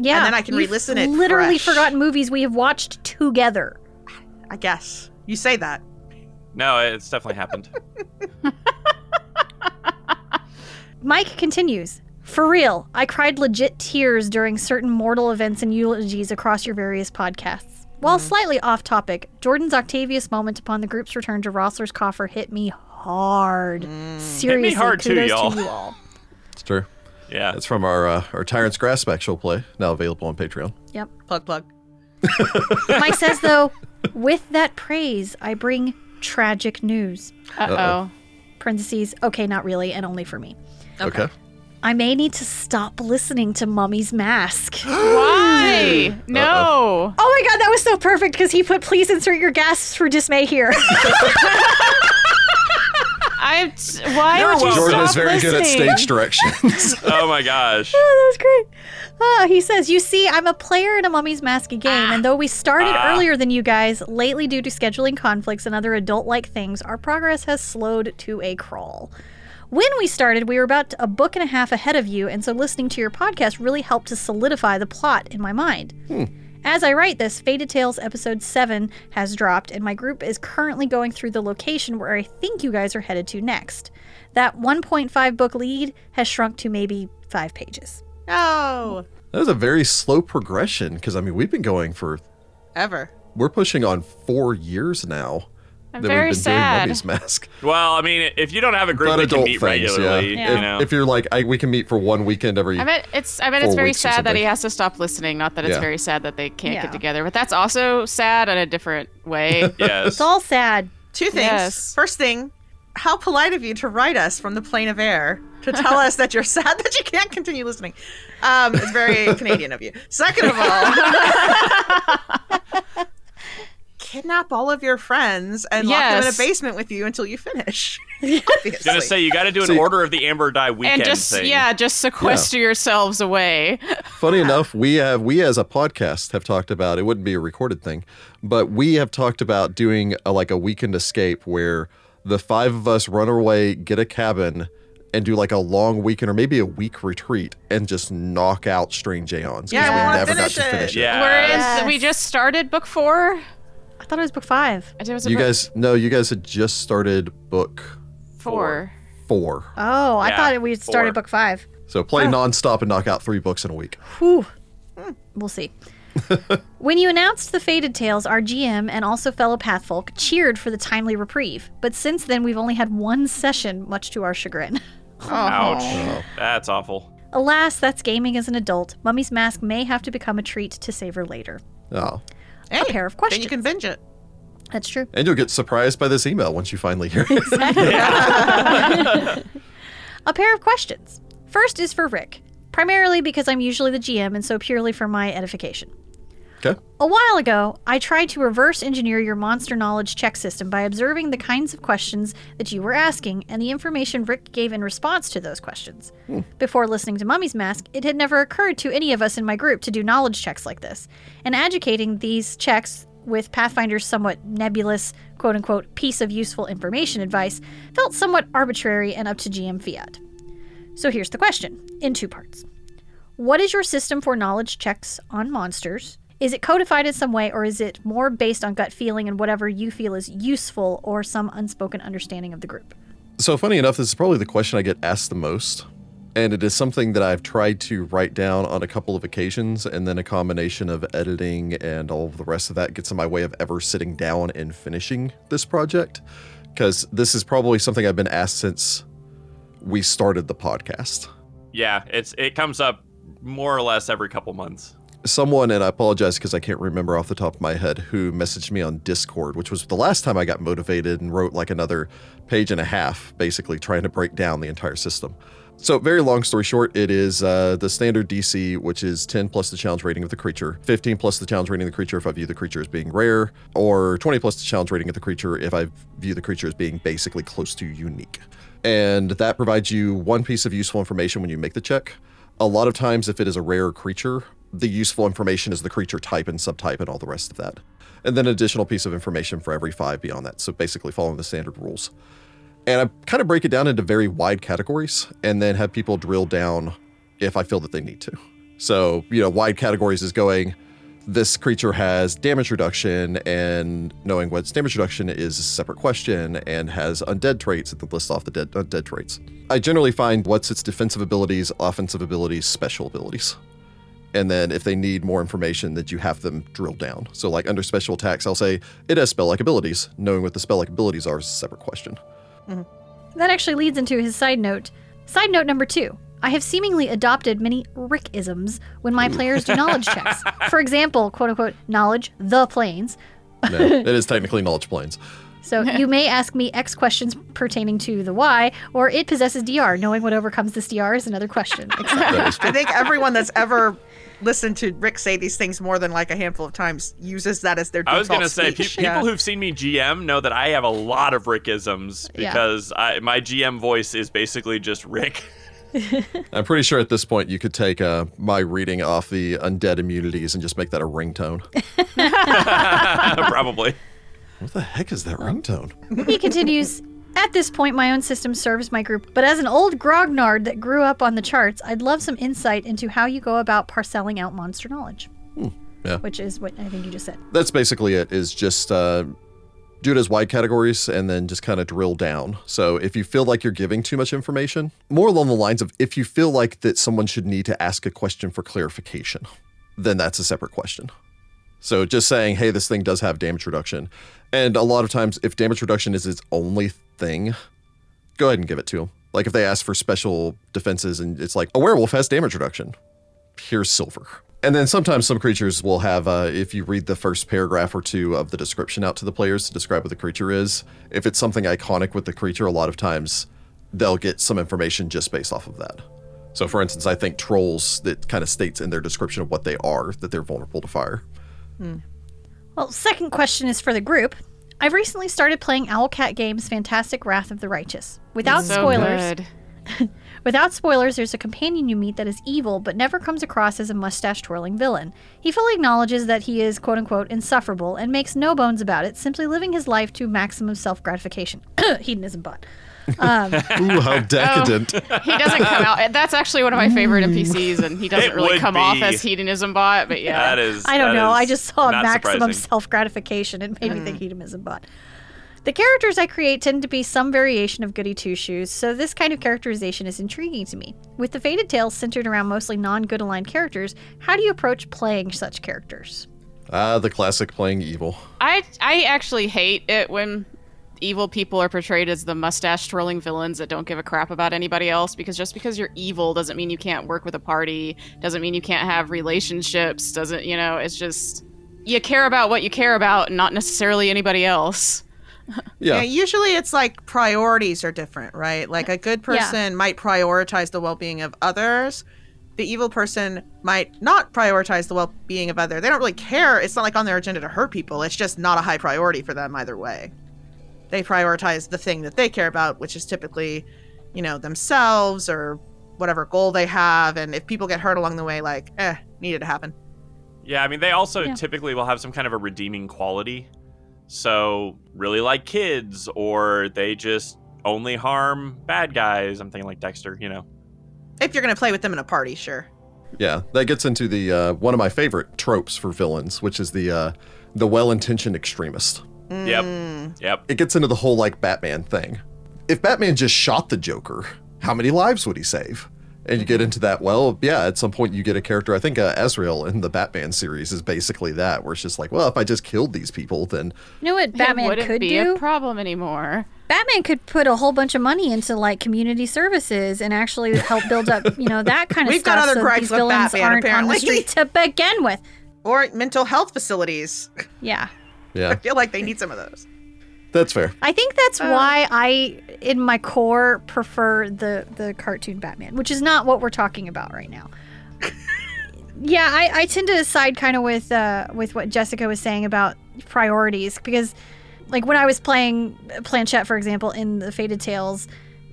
Yeah,
then I can
you've
re-listen it
Literally
fresh.
forgotten movies we have watched together.
I guess. You say that.
No, it's definitely happened.
Mike continues. For real, I cried legit tears during certain mortal events and eulogies across your various podcasts. While
Mm-hmm.
slightly off topic, Jordan's Octavius moment upon the group's return to Rossler's coffer hit me hard.
Mm.
Seriously,
hard too,
kudos
y'all.
to you all.
It's true.
Yeah.
That's from our uh, our Tyrant's Grasp actual play, now available on Patreon.
Yep.
Plug, plug.
Mike says though, with that praise, I bring tragic news.
Uh oh.
Parentheses. Okay, not really, and only for me.
Okay.
I may need to stop listening to Mummy's Mask. oh
Why? No.
my god, that was so perfect because he put please insert your gasps for dismay here.
I. Why
You're
would you
welcome.
Jordan is
stop
very good at
listening?
stage directions.
oh my gosh.
that was great. Ah, he says, You see, I'm a player in a Mummy's Mask game, and though we started
Ah.
earlier than you guys, lately due to scheduling conflicts and other adult like things, our progress has slowed to a crawl. When we started, we were about a book and a half ahead of you, and so listening to your podcast really helped to solidify the plot in my mind.
Hmm.
As I write this, Faded Tales episode 7 has dropped, and my group is currently going through the location where I think you guys are headed to next. That 1.5 book lead has shrunk to maybe five pages.
No.
that was a very slow progression because I mean we've been going for
Ever.
we're pushing on four years now
I'm
that
very
we've been doing
sad.
Mummy's Mask.
Well, I mean, if you don't have a group
but
that can
adult
meet
things,
regularly,
yeah.
Yeah.
you know.
If, if you're like, I, we can meet for one weekend every.
I bet it's I bet it's
Four
very
weeks or
sad that he
something.
has to stop listening. Not that it's
Yeah.
very sad that they can't
Yeah.
get together, but that's also sad in a different way.
yes.
It's all sad.
Two things.
Yes.
First thing, how polite of you to write us from the plane of air to tell us that you're sad that you can't continue listening. Um, it's very Canadian of you. Second of all, kidnap all of your friends and lock them in a
Yes.
basement with you until you finish. Obviously.
gonna say you got to do an
See-
order of the Amber Die weekend
and just
thing.
yeah, just sequester yourselves away.
Funny enough, we have we as a podcast have talked about it wouldn't be a recorded thing, but we have talked about doing a, like a weekend escape where the five of us run away, get a cabin, and do like a long weekend or maybe a week retreat and just knock out strange aeons. 'cause
Yeah,
we wanna
we never got
finish
to
it.
finish it.
Yeah.
We're in,
Yes.
we just started book four.
I thought it was book five.
It was
You
book
guys, no, you guys had just started book
four.
four,
Oh, I
Yeah,
thought we had started
four.
book five.
so play nonstop and knock out three books in a week.
Whew. Hmm, We'll see. when you announced the Faded Tales, our GM and also fellow Pathfolk cheered for the timely reprieve. But since then, we've only had one session, much to our chagrin.
Ouch.
Oh.
That's awful.
Alas, that's gaming as an adult. Mummy's Mask may have to become a treat to savor later.
Oh,
Hey,
pair of
Then you can binge it.
That's true.
and you'll get surprised by this email once you finally hear it.
A pair of questions. First is for Rick, primarily because I'm usually the GM and so purely for my edification.
okay.
A while ago, I tried to reverse engineer your monster knowledge check system by observing the kinds of questions that you were asking and the information Rick gave in response to those questions. Before listening to Mummy's Mask, it had never occurred to any of us in my group to do knowledge checks like this, and educating these checks with Pathfinder's somewhat nebulous, quote unquote, piece of useful information advice felt somewhat arbitrary and up to GM fiat. So here's the question in two parts. What is your system for knowledge checks on monsters? Is it codified in some way, or is it more based on gut feeling and whatever you feel is useful or some unspoken understanding of the group?
So, funny enough, this is probably the question I get asked the most. And it is something that I've tried to write down on a couple of occasions. And then a combination of editing and all of the rest of that gets in my way of ever sitting down and finishing this project. Because this is probably something I've been asked since we started the podcast.
Yeah, it's it comes up more or less every couple months.
someone, and I apologize because I can't remember off the top of my head who messaged me on Discord, which was the last time I got motivated and wrote like another page and a half, basically trying to break down the entire system. So, very long story short, it is uh, the standard DC, which is 10 plus the challenge rating of the creature, 15 plus the challenge rating of the creature if I view the creature as being rare, or 20 plus the challenge rating of the creature if I view the creature as being basically close to unique. And that provides you one piece of useful information when you make the check. A lot of times, if it is a rare creature, the useful information is the creature type and subtype and all the rest of that. And then additional piece of information for every five beyond that. So basically, following the standard rules. And I kind of break it down into very wide categories and then have people drill down if I feel that they need to. So, you know, wide categories is going, this creature has damage reduction, and knowing what's damage reduction is a separate question, and has undead traits, and then list off the dead, undead traits. I generally find what's its defensive abilities, offensive abilities, special abilities. And then if they need more information, that you have them drill down. So, like under special attacks, I'll say it has spell like abilities. Knowing what the spell like abilities are is a separate question.
That actually leads into his side note. Side note number two. I have seemingly adopted many Rick isms when my players do knowledge checks. For example, quote unquote, knowledge the planes.
No, it is technically knowledge planes.
So you may ask me X questions pertaining to the Y, or it possesses DR. Knowing what overcomes this DR is another question.
That is
I think everyone that's ever listened to Rick say these things more than like a handful of times uses that as their default
I was gonna say pe-
speech.
people
Yeah.
who've seen me GM know that I have a lot of Rickisms
Yeah.
because I, my GM voice is basically just Rick.
I'm pretty sure at this point you could take uh, my reading off the undead immunities and just make that a ringtone.
Probably.
what the heck is that ringtone?
He continues, At this point, my own system serves my group, but as an old grognard that grew up on the charts, I'd love some insight into how you go about parceling out monster knowledge.
yeah.
Which is what I think you just said.
That's basically it. Is just uh, do it as wide categories and then just kind of drill down. So if you feel like you're giving too much information, more along the lines of if you feel like that someone should need to ask a question for clarification, then that's a separate question. So just saying, hey, this thing does have damage reduction. And a lot of times, if damage reduction is its only thing, go ahead and give it to them. Like if they ask for special defenses and it's like, a werewolf has damage reduction, here's silver. And then sometimes some creatures will have, uh, if you read the first paragraph or two of the description out to the players to describe what the creature is, if it's something iconic with the creature, a lot of times they'll get some information just based off of that. So, for instance, I think trolls, that kind of states in their description of what they are that they're vulnerable to fire.
Well, second question is for the group. I've recently started playing Owlcat Games' Fantastic Wrath of the Righteous. Without
So
spoilers,
good.
Without spoilers, there's a companion you meet that is evil but never comes across as a mustache twirling villain. He fully acknowledges that he is quote unquote insufferable and makes no bones about it, simply living his life to maximum self gratification. Hedonism bot.
Ooh, how decadent.
He doesn't come out. That's actually one of my favorite
Mm.
NPCs, and he doesn't
It
really
would
come off
be.
as hedonism bot. But yeah,
That is.
I don't
that
know. I
is
just saw
not
maximum
surprising.
self gratification and made me
Mm.
think hedonism bot. The characters I create tend to be some variation of goody two shoes, so this kind of characterization is intriguing to me. With the Faded Tales centered around mostly non good aligned characters, how do you approach playing such characters?
Ah, the classic playing evil.
I I actually hate it when evil people are portrayed as the mustache twirling villains that don't give a crap about anybody else because just because you're evil doesn't mean you can't work with a party, doesn't mean you can't have relationships, doesn't you know, it's just you care about what you care about and not necessarily anybody else.
Yeah.
Yeah, usually it's like priorities are different, right? Like a good person might prioritize the well-being of others. The evil person might not prioritize the well-being of other. They don't really care. It's not like on their agenda to hurt people. It's just not a high priority for them either way. They prioritize the thing that they care about, which is typically, you know, themselves or whatever goal they have. And if people get hurt along the way, like, eh, needed to happen.
Yeah, I mean, they also
Yeah.
typically will have some kind of a redeeming quality. So, really like kids, or they just only harm bad guys. I'm thinking like Dexter, you know.
If you're gonna play with them in a party, sure.
Yeah, that gets into the uh, one of my favorite tropes for villains, which is the uh, the well-intentioned extremist.
Mm.
Yep. Yep.
It gets into the whole like Batman thing. If Batman just shot the Joker, how many lives would he save? And you get into that. Well, yeah, at some point you get a character. I think uh, Azrael in the Batman series is basically that, where it's just like, well, if I just killed these people, then
You know what
it
Batman
wouldn't
could
be
do?
a problem anymore.
Batman could put a whole bunch of money into like community services and actually help build up, you know, that kind of
We've
stuff.
got other
so
gripes
these
with
villains
Batman,
aren't on the
apparently.
street to begin with.
Or mental health facilities.
Yeah.
yeah,
I feel like they need some of those.
that's fair.
I think that's
Oh.
why I, in my core, prefer the the cartoon Batman, which is not what we're talking about right now. yeah, I, I tend to side kind of with uh, with what Jessica was saying about priorities because, like when I was playing Planchette, for example, in the Faded Tales,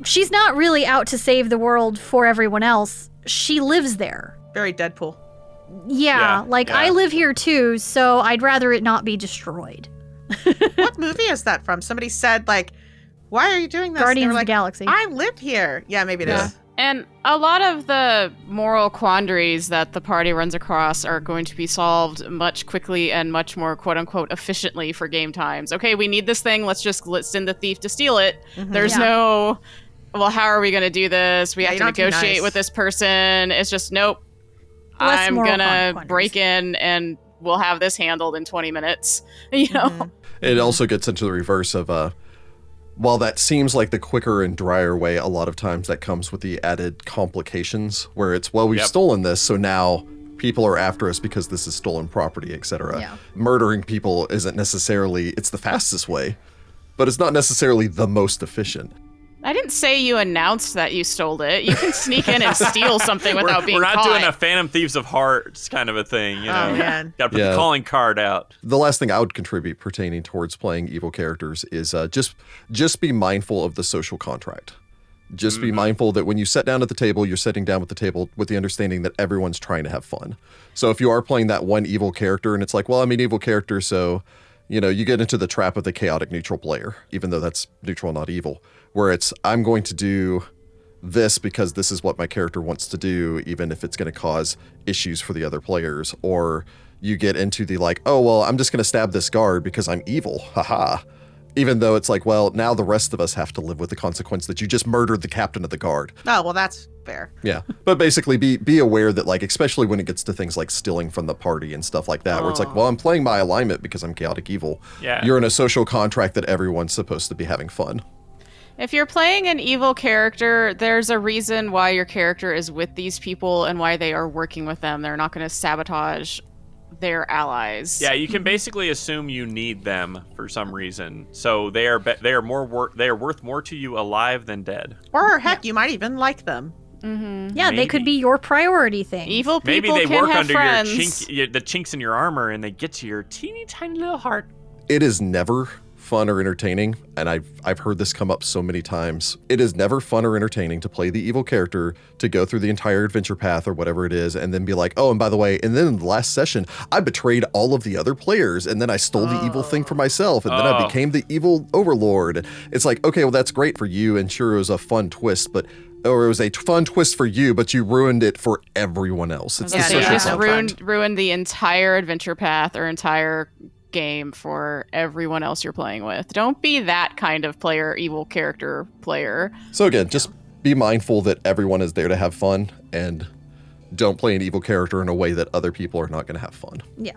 she's not really out to save the world for everyone else. She lives there.
Very Deadpool.
Yeah,
Yeah,
like I
yeah.
live here too, so I'd rather it not be destroyed.
what movie is that from? Somebody said like, "Why are you doing this?" And they
Guardians
were
of the
like,
Galaxy.
I live here. Yeah, maybe it is.
Yeah.
And a lot of the moral quandaries that the party runs across are going to be solved much quickly and much more quote unquote efficiently for game times. Okay, we need this thing. Let's just let send the thief to steal it. There's
Yeah.
no, well, how are we going to do this? We
Yeah,
have
you
to
don't have to be
negotiate
nice.
with this person. It's just, nope,
Less
I'm
moral
going to
quandaries.
break in and we'll have this handled in 20 minutes. You know?
It also gets into the reverse of uh while that seems like the quicker and drier way, a lot of times that comes with the added complications where it's well we've
Yep.
stolen this, so now people are after us because this is stolen property, etc.
Yeah.
Murdering people isn't necessarily it's the fastest way, but it's not necessarily the most efficient.
I didn't say you announced that you stole it. You can sneak in and steal something
We're,
without being
we're not
caught.
doing a Phantom Thieves of Hearts kind of a thing, you know.
Oh man.
Got to put
Yeah.
the calling card out.
the last thing I would contribute pertaining towards playing evil characters is uh, just just be mindful of the social contract. Just be mindful that when you sit down at the table, you're sitting down with the table with the understanding that everyone's trying to have fun. So if you are playing that one evil character and it's like, well, I'm an evil character, so you know, you get into the trap of the chaotic neutral player, even though that's neutral, not evil, where it's I'm going to do this because this is what my character wants to do, even if it's going to cause issues for the other players. Or you get into the like, oh, well, I'm just going to stab this guard because I'm evil. Haha. Even though it's like, well, now the rest of us have to live with the consequence that you just murdered the captain of the guard.
Oh well, that's fair.
Yeah, but basically, be be aware that like, especially when it gets to things like stealing from the party and stuff like that, where it's like, well, I'm playing my alignment because I'm chaotic evil.
Yeah.
you're in a social contract that everyone's supposed to be having fun.
If you're playing an evil character, there's a reason why your character is with these people and why they are working with them. They're not going to sabotage their allies.
Yeah, you can basically assume you need them for some reason. So they are be- they are more wor- they are worth more to you alive than dead.
Or heck, you might even like them.
Yeah, they could be
Maybe.
your priority thing.
Evil people
Maybe they
can
work
have
under
friends.
your chink your, the chinks in your armor and they get to your teeny tiny little heart.
it is never fun or entertaining and I've I've heard this come up so many times. It is never fun or entertaining to play the evil character to go through the entire adventure path or whatever it is and then be like, "Oh, and by the way, and then in the last session, I betrayed all of the other players and then I stole the evil thing for myself and then I
Oh.
became the evil overlord." It's like, "Okay, well that's great for you and sure it was a fun twist, but or it was a t- fun twist for you, but you ruined it for everyone else." It's the
Yeah, they
social
yeah.
just
contract.
ruined ruined the entire adventure path or entire game for everyone else you're playing with. Don't be that kind of player, evil character player.
So again, just be mindful that everyone is there to have fun and don't play an evil character in a way that other people are not going to have fun.
Yeah.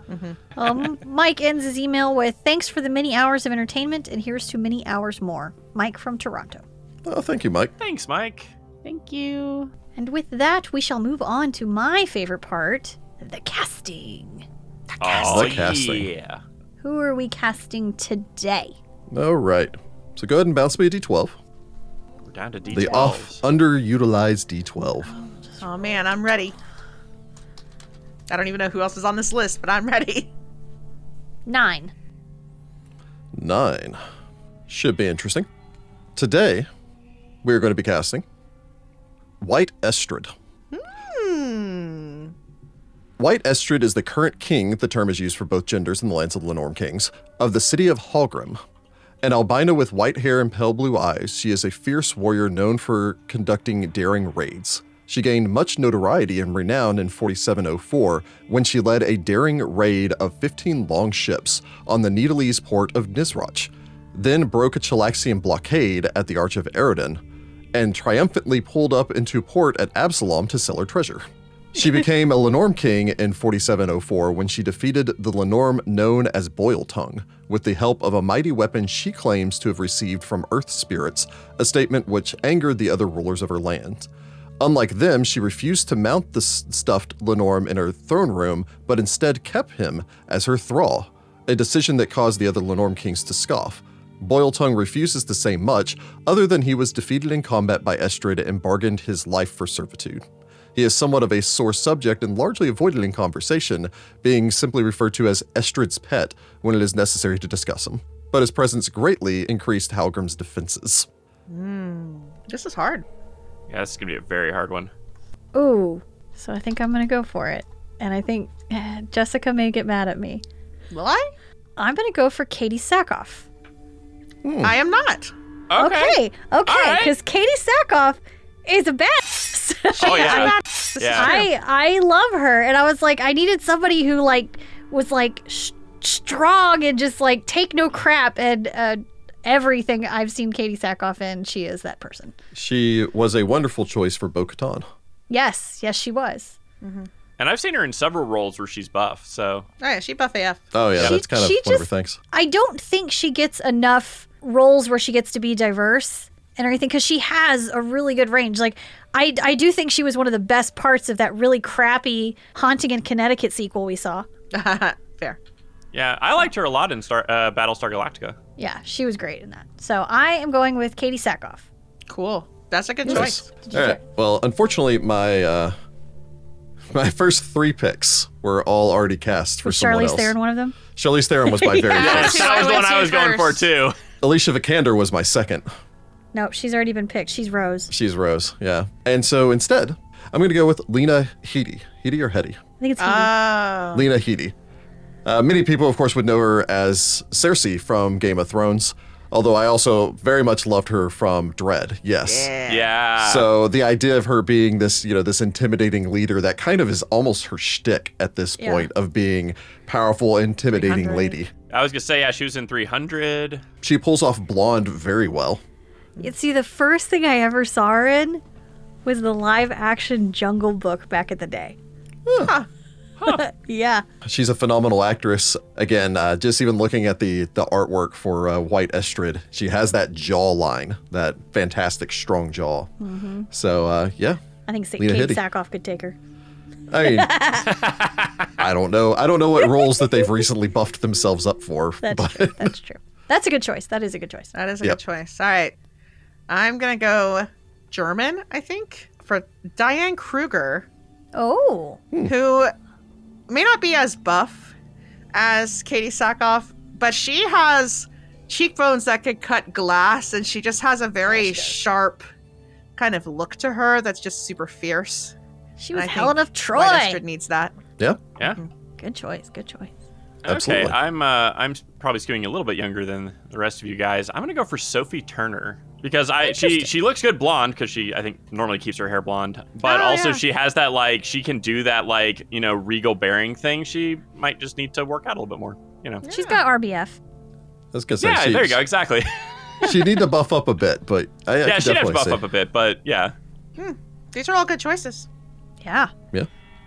um, Mike ends his email with thanks for the many hours of entertainment, and here's to many hours more. Mike from Toronto.
Oh, thank you, Mike.
Thanks, Mike.
Thank you.
And with that, we shall move on to my favorite part the casting.
Oh,
The casting.
yeah.
Who are we casting today?
All right. So go ahead and bounce me a d12.
We're down to D12s.
The off underutilized d12.
Oh man, I'm ready. I don't even know who else is on this list, but I'm ready.
Nine.
9. Should be interesting. Today, we're going to be casting White Estrid. White Estrid is the current king, the term is used for both genders in the lands of the Lenorm Kings, of the city of Halgrim. An albino with white hair and pale blue eyes, she is a fierce warrior known for conducting daring raids. She gained much notoriety and renown in 4704 when she led a daring raid of 15 long ships on the Needlese port of Nisroch, then broke a Chalaxian blockade at the Arch of Eridan, and triumphantly pulled up into port at Absalom to sell her treasure. She became a Lenorm king in 4704 when she defeated the Lenorm known as Boil Tongue with the help of a mighty weapon she claims to have received from earth spirits, a statement which angered the other rulers of her land. Unlike them, she refused to mount the s- stuffed Lenorm in her throne room, but instead kept him as her thrall, a decision that caused the other Lenorm kings to scoff. Boiltongue refuses to say much, other than he was defeated in combat by Estrid and bargained his life for servitude. He is somewhat of a sore subject and largely avoided in conversation, being simply referred to as Estrid's pet when it is necessary to discuss him. But his presence greatly increased Halgrim's defenses.
This is hard.
Yeah, this is gonna be a very hard one.
Ooh. So I think I'm going to go for it. And I think eh, Jessica may get mad at me.
Will I?
I'm going to go for Katie Sackhoff.
Hmm.
I am not.
Okay. Okay.
right.
Because Katie Sackhoff is a badass.
Oh yeah. Yeah.
I I love her, and I was like, I needed somebody who like was like sh- strong and just like take no crap and uh, everything. I've seen Katie Sackhoff in, she is that person.
She was a wonderful choice for Bo Katan.
Yes, yes, she was.
And I've seen her in several roles where she's buff. So
All right, she buff AF.
Oh, yeah,
She-
that's kind of
she
one of her
just-
things.
I don't think she gets enough roles where she gets to be diverse and everything because she has a really good range. Like, I, I do think she was one of the best parts of that really crappy Haunting in Connecticut sequel we saw.
fair.
yeah, I liked her a lot in Star uh, Battlestar Galactica.
Yeah, she was great in that. So I am going with Katie Sackhoff.
Cool. That's a good
Nice.
choice.
All right. Well, unfortunately, my uh, my first three picks were all already cast for
Was
someone
Charlize
else.
Theron one of them?
Charlize Theron was my very
That's
first.
who I
that was the one
went to
I was going for
first.
too.
Alicia Vikander was my second.
No, she's already been picked. She's Rose.
She's Rose. Yeah. And so instead, I'm going to go with Lena Headey. Headey or Hetty?
I think it's Hebe.
Oh.
Lena Headey. Uh, many people, of course, would know her as Cersei from Game of Thrones, although I also very much loved her from Dread. Yes.
yeah.
Yeah.
So the idea of her being this, you know, this intimidating leader that kind of is almost her shtick at this
Yeah.
point of being powerful, intimidating lady.
I was gonna say yeah, she was in 300.
She pulls off blonde very well.
See, the first thing I ever saw her in was the live action Jungle Book back in the day. Hmm.
Huh.
yeah.
She's a phenomenal actress. Again, uh, just even looking at the the artwork for uh, White Estrid, she has that jawline, that fantastic strong jaw.
Mm-hmm.
So uh, yeah,
I think Sa-
Lena
Kate
Headey.
Sackhoff could take her.
I mean, I don't know. I don't know what roles that they've recently buffed themselves up for.
That's
but
true. That's true. That's a good choice. That is a good choice.
That is a
Yep.
good choice. All right. I'm going to go German, I think, for Diane Kruger,
Oh.
who may not be as buff as Katie Sackhoff, but she has cheekbones that could cut glass, and she just has a very sharp kind of look to her that's just super fierce.
She was
I
Helen
think
of
White
Troy.
Astrid needs that.
yeah,
Yeah.
Good choice. Good choice.
Okay,
Absolutely.
I'm uh, I'm probably skewing a little bit younger than the rest of you guys. I'm gonna go for Sophie Turner because I she she looks good blonde because she I think normally keeps her hair blonde, but
Oh,
also
yeah.
she has that like she can do that like you know regal bearing thing. She might just need to work out a little bit more. You know.
She's got RBF.
I was gonna say
Yeah,
she,
there you go. Exactly.
She need to buff up a bit, but I, I
yeah,
can
she'd have to
definitely
buff
see.
up a bit, but yeah.
These are all good choices.
Yeah.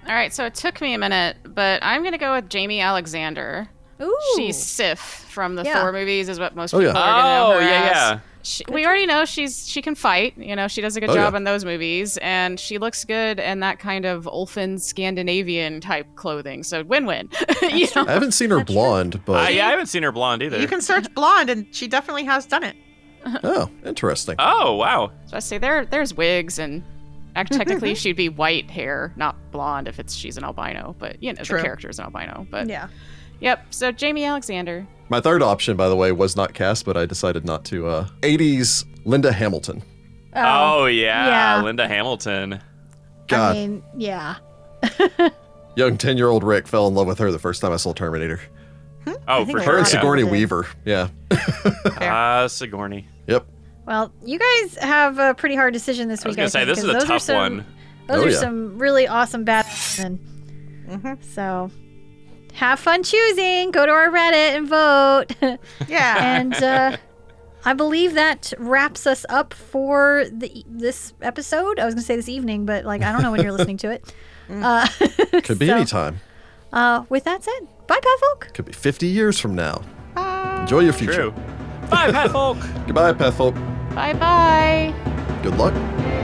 All right, so it took me a minute, but I'm going to go with Jamie Alexander.
Ooh.
She's Sif from the
Yeah.
Thor movies, is what most
Oh, yeah.
people are going to know her
yeah,
as.
yeah.
She, we already know she's she can fight. You know, she does a good
Oh,
job
yeah.
in those movies, and she looks good in that kind of Ulfin Scandinavian type clothing. So win-win. you know?
I haven't seen her blonde,
Uh,
but
yeah, I haven't seen her blonde either.
You can search blonde, and she definitely has done it.
uh,
oh, interesting.
Oh wow.
So I say there there's wigs and. act- Technically, she'd be white hair, not blonde, if it's she's an albino. But you know,
True.
the character's an albino. But
Yeah.
yep. So Jamie Alexander,
My third option, by the way, was not cast, but I decided not to. Uh, 80s Linda Hamilton.
Um,
oh yeah,
yeah.
Linda Hamilton.
God,
I mean, yeah.
young 10 year old Rick fell in love with her the first time I saw Terminator.
Oh,
think
for
a
sure.
Her
lot
and
of
yeah.
Sigourney
people did.
Weaver. Yeah.
Ah, Sigourney.
Yep.
Well, you guys have a pretty hard decision this
I was
week.
gonna say
think,
this is
'cause
a
those are
tough
some-
one.
Those
Oh,
are
yeah.
some really awesome bad. men. So, have fun choosing. Go to our Reddit and vote.
Yeah.
and uh, I believe that wraps us up for the this episode. I was gonna say this evening, but like I don't know when you're listening to it. Uh,
Could be
so,
any time.
Uh, with that said, bye, Pat Folk.
Could be 50 years from now. Enjoy your
True.
future.
Bye, Pat Folk.
Goodbye, Petfolk.
bye bye.
Good luck.
Bye.